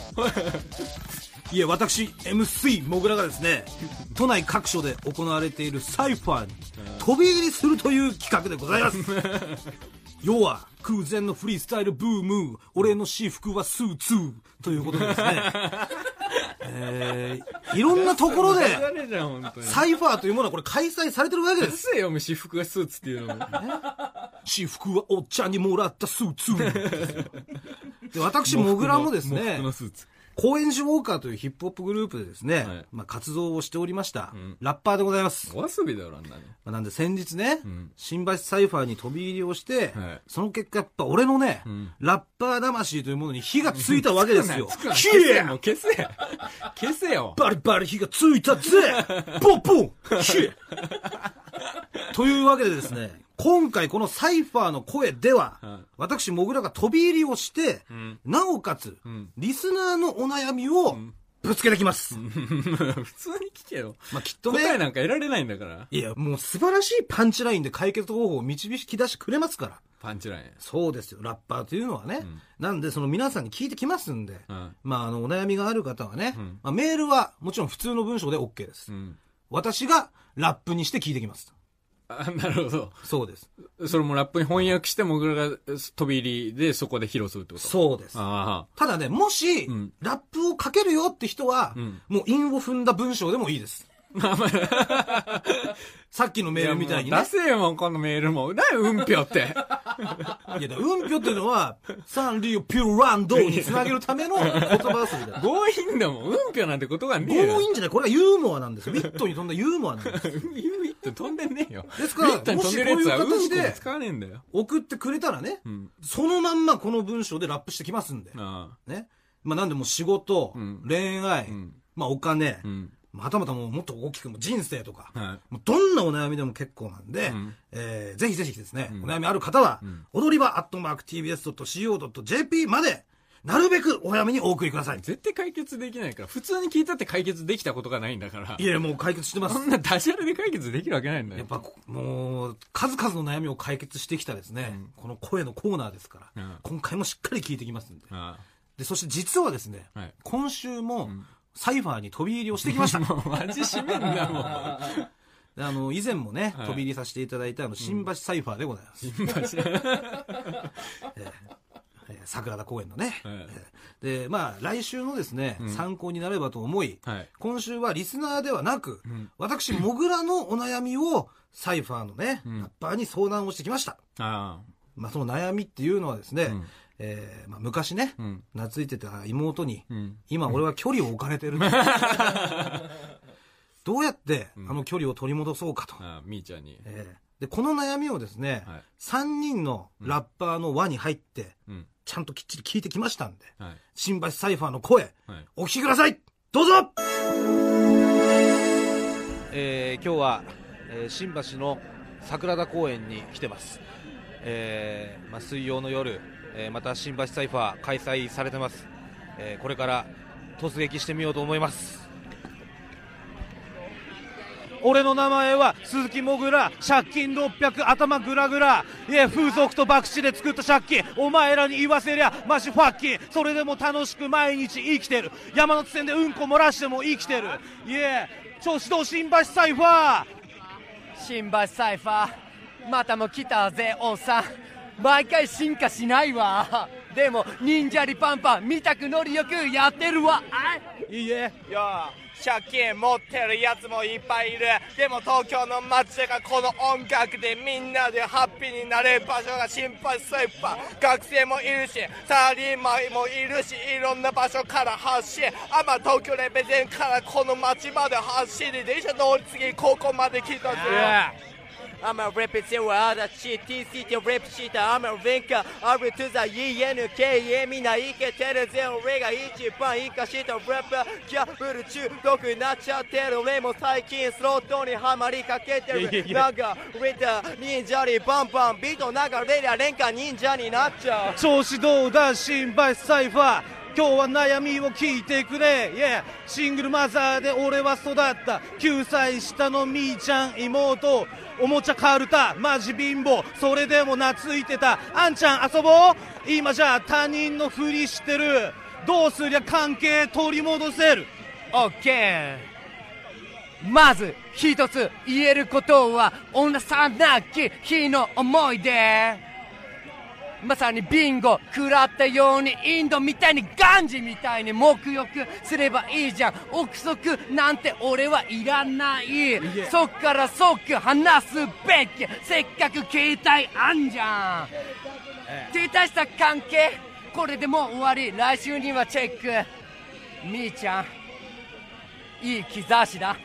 いや、私、MC もぐらがですね、都内各所で行われているサイファーに飛び入りするという企画でござ います。要は、空前のフリースタイルブーム、俺の私服はスーツーということでですね、えーいろんなところで、誰じゃん、本当に。サイファーというものはこれ開催されてるわけ です。せよ、お前私服がスーツっていうのも。私服はおっちゃんにもらったスーツー。で私、もぐらもです喪ね服、のスーツ。高円寺ウォーカーというヒップホップグループでですね、はいまあ、活動をしておりました、んラッパーでございます。まお遊びだろ、あんなの。あなんで先日ね、ん新橋サイファーに飛び入りをして、はいその結果やっぱ俺のね、んラッパー魂というものに火がついたわけですよ。つくなひ消せえよ、もう消せよ。消せよ。バリバリ火がついたぜポンポンひ えというわけでですね、今回このサイファーの声では、はい私、もぐらが飛び入りをして、うん。なおかつ、うん。リスナーのお悩みをぶつけてきます。 普通に聞けよ。まあ、きっと答えね、なんか得られないんだから。いや、もう素晴らしいパンチラインで解決方法を導き出してくれますから。パンチライン。そうですよ、ラッパーというのはね。んなんで、その皆さんに聞いてきますんで。うん。まあ、あの、お悩みがある方はね、うんまあ、メールはもちろん普通の文章で OK です。うん。私がラップにして聞いてきます。あ、なるほど。そうです。それもラップに翻訳して、もぐらが飛び入りでそこで披露するってことそうです。あただね、もし、うんラップをかけるよって人は、うんもう韻を踏んだ文章でもい いです。さっきのあ。メールみたいにやもねう出。せよ、もうこのメールも。なに、うんぴょ って。いや、だからうんぴょっていうのは、サンリオピューランドにつなげるための言葉 遊びだ。強引だもん。うんぴょなんてことがねえよ。強引じゃない、これはユーモアなんですよ。ウィットに飛んだユーモアなんです。ユーイット飛んでねえよ。ですからユイットに飛んでるやつはもしこうういんう形でこも使わねえんだよ。送ってくれたらね、うん。そのまんまこの文章でラップしてきますんで。あね。まあなんでもう仕事、うん恋愛、あ。うん。まあお金、うん。またまたもうもっと大きくもう人生とか、はもうどんなお悩みでも結構なんで、うんえーぜひぜひですね、うんお悩みある方は、うん踊り場アットマーク TBS.CO.JP まで、なるべくお早めにお送りくださいい。。絶対解決できないから、普通に聞いたって解決できたことがないんだから。いや、もう解決してますそ。んなダジャレで解決できるわけないんだやよっ。ぱこもう数々の悩みを解決してきたですね、うんこの声のコーナーですから、うん今回もしっかり聞いてきますんであでそして実はですねあ。はい。今週もんサイファーに飛び入りをしてき ました、もう、マジ締めんな、 もう。あの以前もね、はい飛び入りさせていただいたあの新橋サイファーでございます、 えー桜田公園のね、はいえーでまあ来週のですね、ん参考になればと思い、はい。今週はリスナーではなく、ん私もぐらのお悩みをサイファーのね、うんラッパーに相談をしてきましたあまあ、その悩みっていうのはですね、うんえーまあ、昔ね、あ。うん。懐いてた妹に、うん。今俺は距離を置かれ てる。どうやって、うんあの距離を取り戻そうかと。ああ、みーちゃんに。えーで、この悩みをですね、はい。 3人のラッパーの輪に入って、うん。ちゃんときっちり聞いてきましたんで、はい。新橋サイファーの声、はい。お聞きくださいどうぞえー今日は、えー新橋の桜田公園に来てます、えーまあ、水曜の夜、えーまた新橋サイファー開催されてます、えーこれから突撃してみようと思います俺の名前は鈴木もぐら借金600頭グラグラいや風俗と博打で作った借金お前らに言わせりゃマジファッキンそれでも楽しく毎日生きてる山手線でうんこ漏らしても生きてるいや調子ど新橋サイファー新橋サイファーまたも来たぜおっさん毎回進化しないわでも忍者リパンパン見たくノリよくやってるわあいいいえよあ借金持ってるやつもいっぱいいるでも東京の街がこの音楽でみんなでハッピーになれる場所が心配スーパー学生もいるしサラリーマンもいるしいろんな場所から発信あま東京レベゼンからこの街まで走り電車乗り継ぎここまで来たぜ I'm a represent with all that shit TC と rap shit I'm a winker R to the ENK みんなイケてるぜ俺が一番イカしたラップギャフル中毒になっちゃってる俺も最近スロットにはまりかけていやいやいるやなんかレタ忍者リバンバンビート流れりゃレンカ忍者になっちゃう調子どうだ新橋サイファー今日は悩みを聞いてくれ、Yeah シングルマザーで俺は育った9歳下のみーちゃん妹おもちゃカルタマジ貧乏それでも懐いてたあんちゃん遊ぼう今じゃあ他人のふりしてるどうすりゃ関係取り戻せるオッケーまず一つ言えることは女さなき日の思い出まさにビンゴ食らったようにインドみたいにガンジみたいに沐浴すればいいじゃん憶測なんて俺はいらないそっから即話すべきせっかく携帯あんじゃん停滞した関係これでもう終わり来週にはチェックみーちゃんいい兆しだ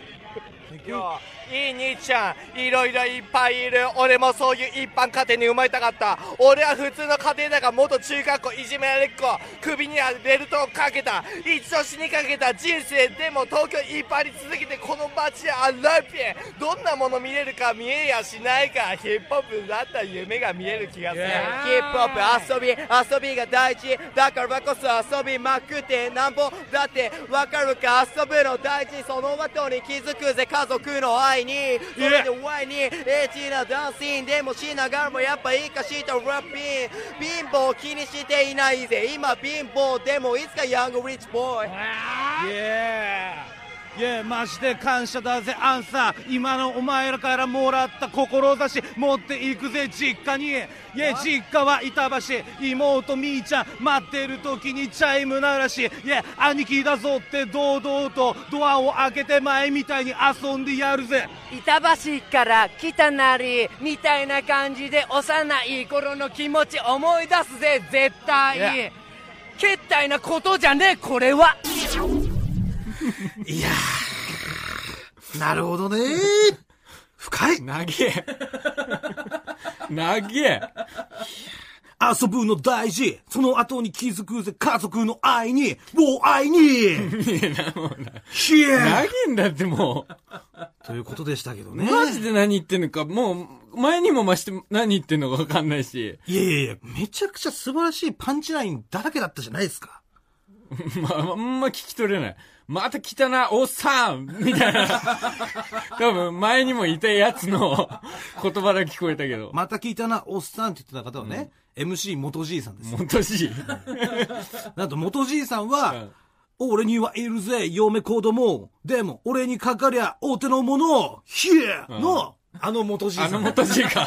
よいい兄ちゃんいろいろいっぱいいる俺もそういう一般家庭に生まれたかった俺は普通の家庭だが元中学校いじめられっ子首にはベルトをかけた一度死にかけた人生でも東京いっぱいあり続けてこの街でアライピエどんなもの見れるか見えやしないかヒップホップだったら夢が見える気がするヒップホップ遊び遊びが大事だからこそ遊びまくってなんぼだってわかるか遊ぶの大事その後に気づくぜ家族の愛にそれでワイにエッチなダンスインでもしながらもやっぱいいかしたラッピン貧乏を気にしていないぜ今貧乏でもいつかヤングリッチボーイイエーイエーマジで感謝だぜアンさん今のお前らからもらった志持っていくぜ実家にイエー実家は板橋妹みーちゃん待ってる時にチャイム鳴らしイエー兄貴だぞって堂々とドアを開けて前みたいに遊んでやるぜ板橋から来たなりみたいな感じで幼い頃の気持ち思い出すぜ絶対けったいなことじゃねえこれはいやー、なるほどね深い長え。長え。遊ぶの大事その後に気づくぜ家族の愛にもう愛にいや長えんだってもということでしたけどう。ね。マジで何言ってんのか、もう、前にも増して何言ってんのかわかんないし。いやいやいや、めちゃくちゃ素晴らしいパンチラインだらけだったじゃないですか。まあ、あんま聞き取れない。また来たな、おっさんみたいな。多分、前にもいたやつの言葉だけ聞こえたけど。また聞いたな、おっさんって言ってた方はね、MC 元じいさんですよ。もとしい。なんと元じいさんは、俺にはいるぜ、嫁子供。でも、俺にかかりゃ、大手のもの、ヒエの、あの元じいさあん。のもとしいか。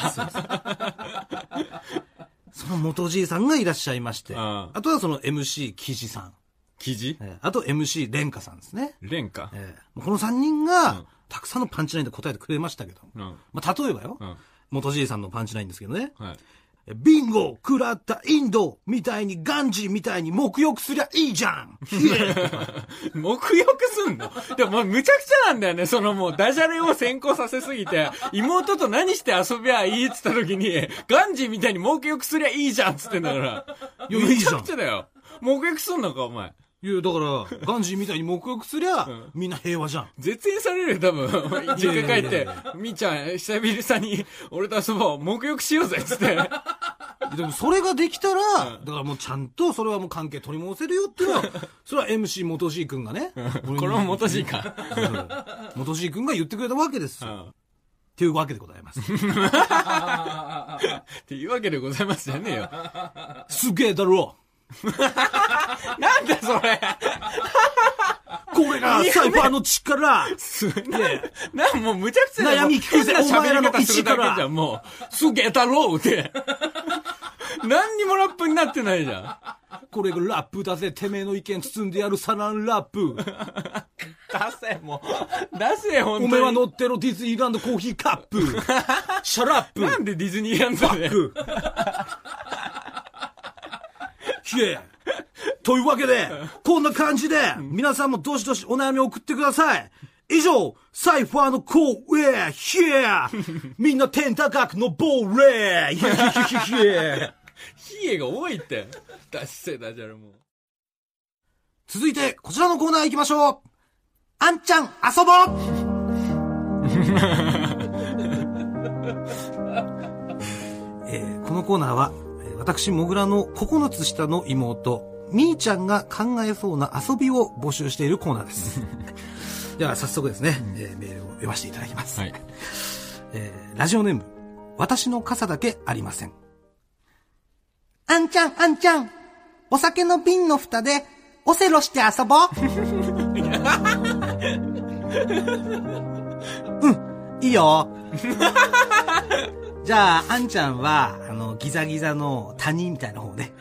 その元じいさんがいらっしゃいまして、うんあとはその MC キジさん、記事えーあと MC レンカさんですね。廉かえ。ーもうこの3人んが、たくさんのパンチラインで答えてくれましたけど、うん。まあ、例えばよ、うん。元じいさんのパンチラインですけどね、はい。ビンゴ食らったインドみたいにガンジーみたいに沐浴すりゃいいじゃんヒエ目浴すんのでも、まあ、むちゃくちゃなんだよね。そのもう、ダジャレを先行させすぎて、妹と何して遊びゃいいっつった時に、ガンジーみたいに目浴すりゃいいじゃんっつってんだから。いやいいじゃんむちゃくちゃだよ。目浴すんのか、お前。 いや、だから、ガンジーみたいに沐浴すりゃ、んみんな平和じゃん。絶縁されるよ、多分。実家帰って、みーちゃん、久々に、俺と遊ぼう、目浴しようぜ、つ って。でも、それができたら、だからもうちゃんと、それはもう関係取り戻せるよっていうのは、それは MC 元 G 君がね、これも元しいか。元 G 君が言ってくれたわけですうよ。っんていうわけでございます。 っていうわけでございますじゃねえよ。すげえだろなんだそれこれがサイファーの力すな、なんもうむちゃくちゃだよ悩み聞くぜ変な喋りお前らの方す一るだからけじゃん、もう。すげえだろうって。何にもラップになってないじゃこれがラップだぜてめえの意見包んでやるサランラップ出せもん。出せ、ほんおめえは乗ってろディズニーランドコーヒーカップシャラップなんでディズニーランドで。ひえというわけで、こんな感じで、皆さんもどしどしお悩みを送ってください。以上、サイファーのコーウェア、ヒエみんな天高く登れヒエヒエヒエヒエヒエが多いって。出せ、ダジャレもう。続いて、こちらのコーナー行きましょう。あんちゃん、遊ぼうえーこのコーナーは、えー私、もぐらの9つ下の妹、みーちゃんが考えそうな遊びを募集しているコーナ ーです。では早速ですね、えーメールを読ませていただきます。はい。えーラジオネーム、私の傘だけありません。あんちゃん、あんちゃん、お酒の瓶の蓋で、オセロして遊ぼう。うん、いいよ。 じゃあ、あんちゃんは、あの、ギザギザの谷みたいな方ね。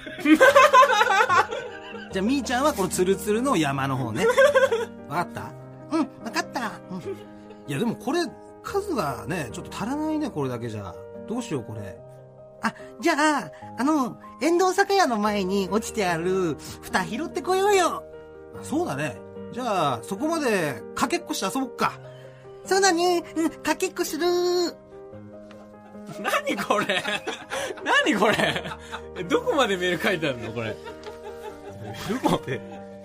じゃあ、みーちゃんはこのツルツルの山の方ね。わかったうん、わかった。うんいや、でもこれ、数がね、ちょっと足らないね、これだけじゃ。どうしよう、これ。あ、じゃあ、あの、遠藤酒屋の前に落ちてある、蓋拾ってこようよ。そうだね。じゃあ、そこまで、かけっこして遊ぼっか。そうだね。うん、かけっこする。何これ何これえどこまでメール書いてあるのこれ。どこ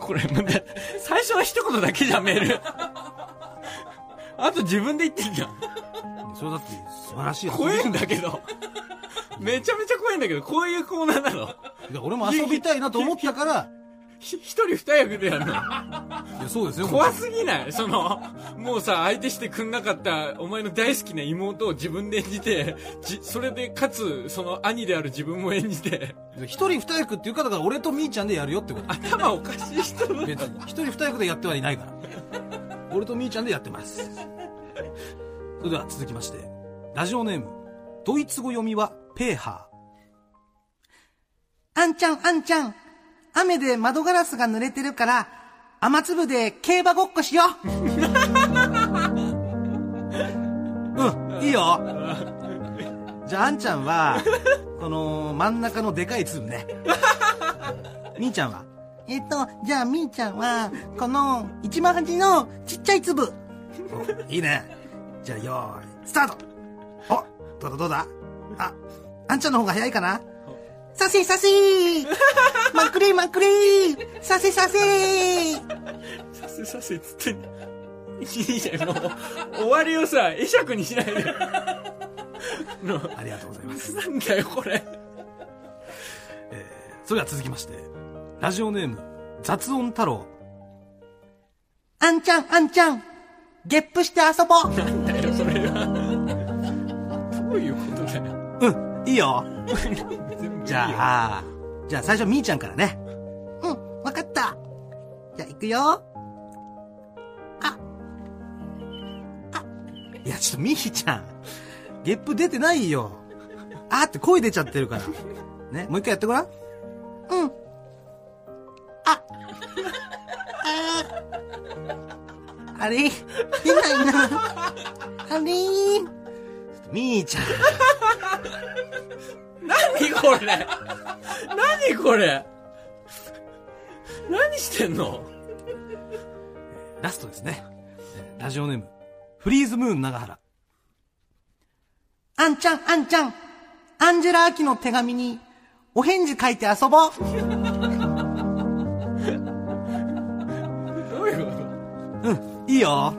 これ、また、最初の一言だけじゃん、メール。あと自分で言ってんじゃん。そうだって、素晴らしい遊び怖えんだけ ど。めちゃめちゃ怖いんだけど、こういうコーナーなの。いや俺も遊びたいなと思ったから、ひ一人二役でやるの。いや、そうですよ。怖すぎないその、もうさ、相手してくんなかった、お前の大好きな妹を自分で演じて、じ、それで、かつ、その兄である自分も演じて、一人二役っていうか、だから俺とみーちゃんでやるよってこと。頭おかしい人だ別に一人二役でやってはいないから俺とみーちゃんでやってますそれでは続きましてラジオネームドイツ語読みはペーハーあんちゃんあんちゃん雨で窓ガラスが濡れてるから雨粒で競馬ごっこしよううんいいよじゃああんちゃんはこの真ん中のでかい粒ねみーちゃんはえっと、じゃあみーちゃんは、この、一番端のちっちゃい粒。いいね。じゃあ、よーい、スタートお、どうだどうだあ、あんちゃんの方が早いかなさせさせーまっくれまっくれーさせさせーさせさせつって。いいじゃん、もう、終わりをさ、会釈にしないで。の、ありがとうございます。なんだよ、これ。それでは続きまして、ラジオネーム、雑音太郎。あんちゃん、あんちゃん、ゲップして遊ぼうなんだよ、それは。どういうことだよ。うん、いい よ。全部じゃあ、じゃあ最初みーちゃんからね。うん、わかった。じゃあ行くよ。あ、あ。いや、ちょっとみーちゃん、ゲップ出てないよ。あーって声出ちゃってるから。ね、もう一回やってごらん。うん。あ、あーあれ出ないな。あれみーちゃん。何これ何これ何してんのラストですね。えーラジオネーム、フリーズムーン長原。あんちゃん、あんちゃん、アンジェラ・アキの手紙に、お返事書いて遊ぼう。どういうこといいよ。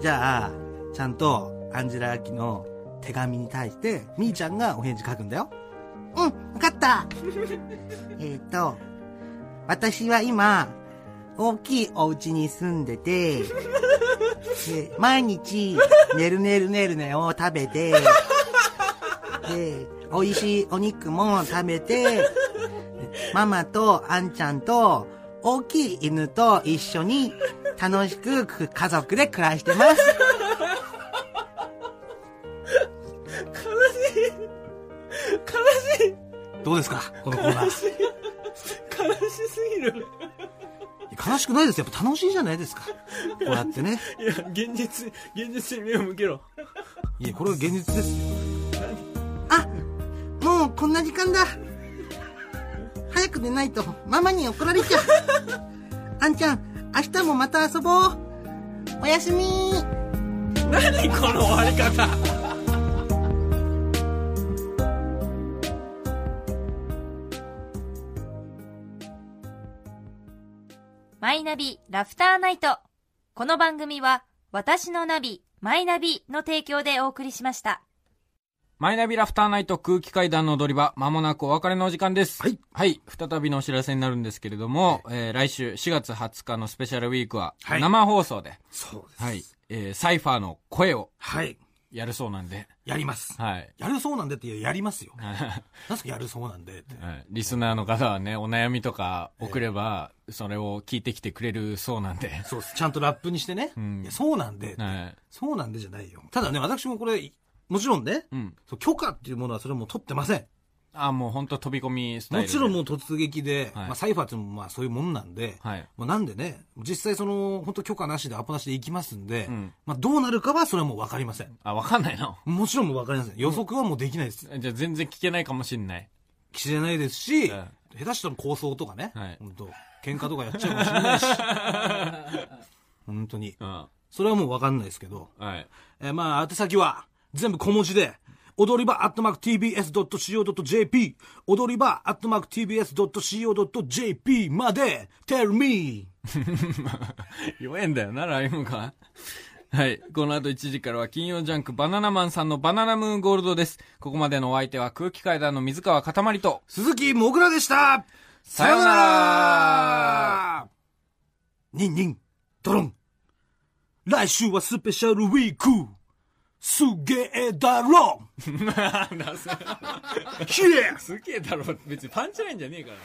じゃあ、ちゃんと、アンジェラ・アキの手紙に対して、みーちゃんがお返事書くんだよ。うん、わかった。 えっと、私は今、大きいお家に住んでて、で毎日、ねるねるねるねを食べて、で、美味しいお肉も食べて、ママとあんちゃんと大きい犬と一緒に楽しくく家族で暮らしてます。悲しいどうですかこのコーナー。悲しすぎる悲しくないですよ。やっぱ楽しいじゃないですか。こうやってね。いや現実現実に目を向けろいや、これは現実ですよ。あ、もうこんな時間だ。早く寝ないとママに怒られ ちゃう。あんちゃん、明日もまた遊ぼう。おやすみ何この終わり方マイナビラフターナイト。この番組は、私のナビ、マイナビの提供でお送りしました。マイナビラフターナイト空気階段の踊り場、まもなくお別れのお時間です。はい。再びのお知らせになるんですけれども、えー来週4月20日のスペシャルウィークは、はい生放送で、そうです。はい。えーサイファーの声をはい。やるそうなんで、やります。はい。やるそうなんでって、いややりますよ。はなんすかやるそうなんでって。いリスナーの方はね、お悩みとか送れば、それを聞いてきてくれるそうなん で、そうです。ちゃんとラップにしてね。んいやそうなんでって、はい。そうなんでじゃないよ。ただね、私もこれ、もちろんね、うん。そう許可っていうものはそれはもう取ってません。あ、もう本当飛び込みスタイもル。ちろんもう、突撃で、はいまあサイファーっていうのもまあそういうもんなんで、はい。もうなんでね、実際その、本当許可なしでアポなしで行きますんで、うんまあどうなるかはそれはもうわかりません。あ、わかんないな。もちろんもうわかりません。予測はもうできないです。 じゃあ全然聞けないかもしんない。知れないですし、うん下手したら構想とかね、はい本当喧嘩とかやっちゃうかもしれないし、 本当に。うん。それはもうわかんないですけど、はい。えーまあ、宛先は、全部小文字で、踊り場アットマーク tbs.co.jp、踊り場アットマーク tbs.co.jp まで、tell me! 弱えんだよな、ライムが。はい。この後1時からは金曜ジャンクバナナマンさんのバナナムーンゴールドです。ここまでのお相手は空気階段の水川かたまり と。鈴木もぐらでしたさようなららニンニン、ドロン来週はスペシャルウィークすげえだろすヒエげえだろ。別にパンチラインじゃねえから。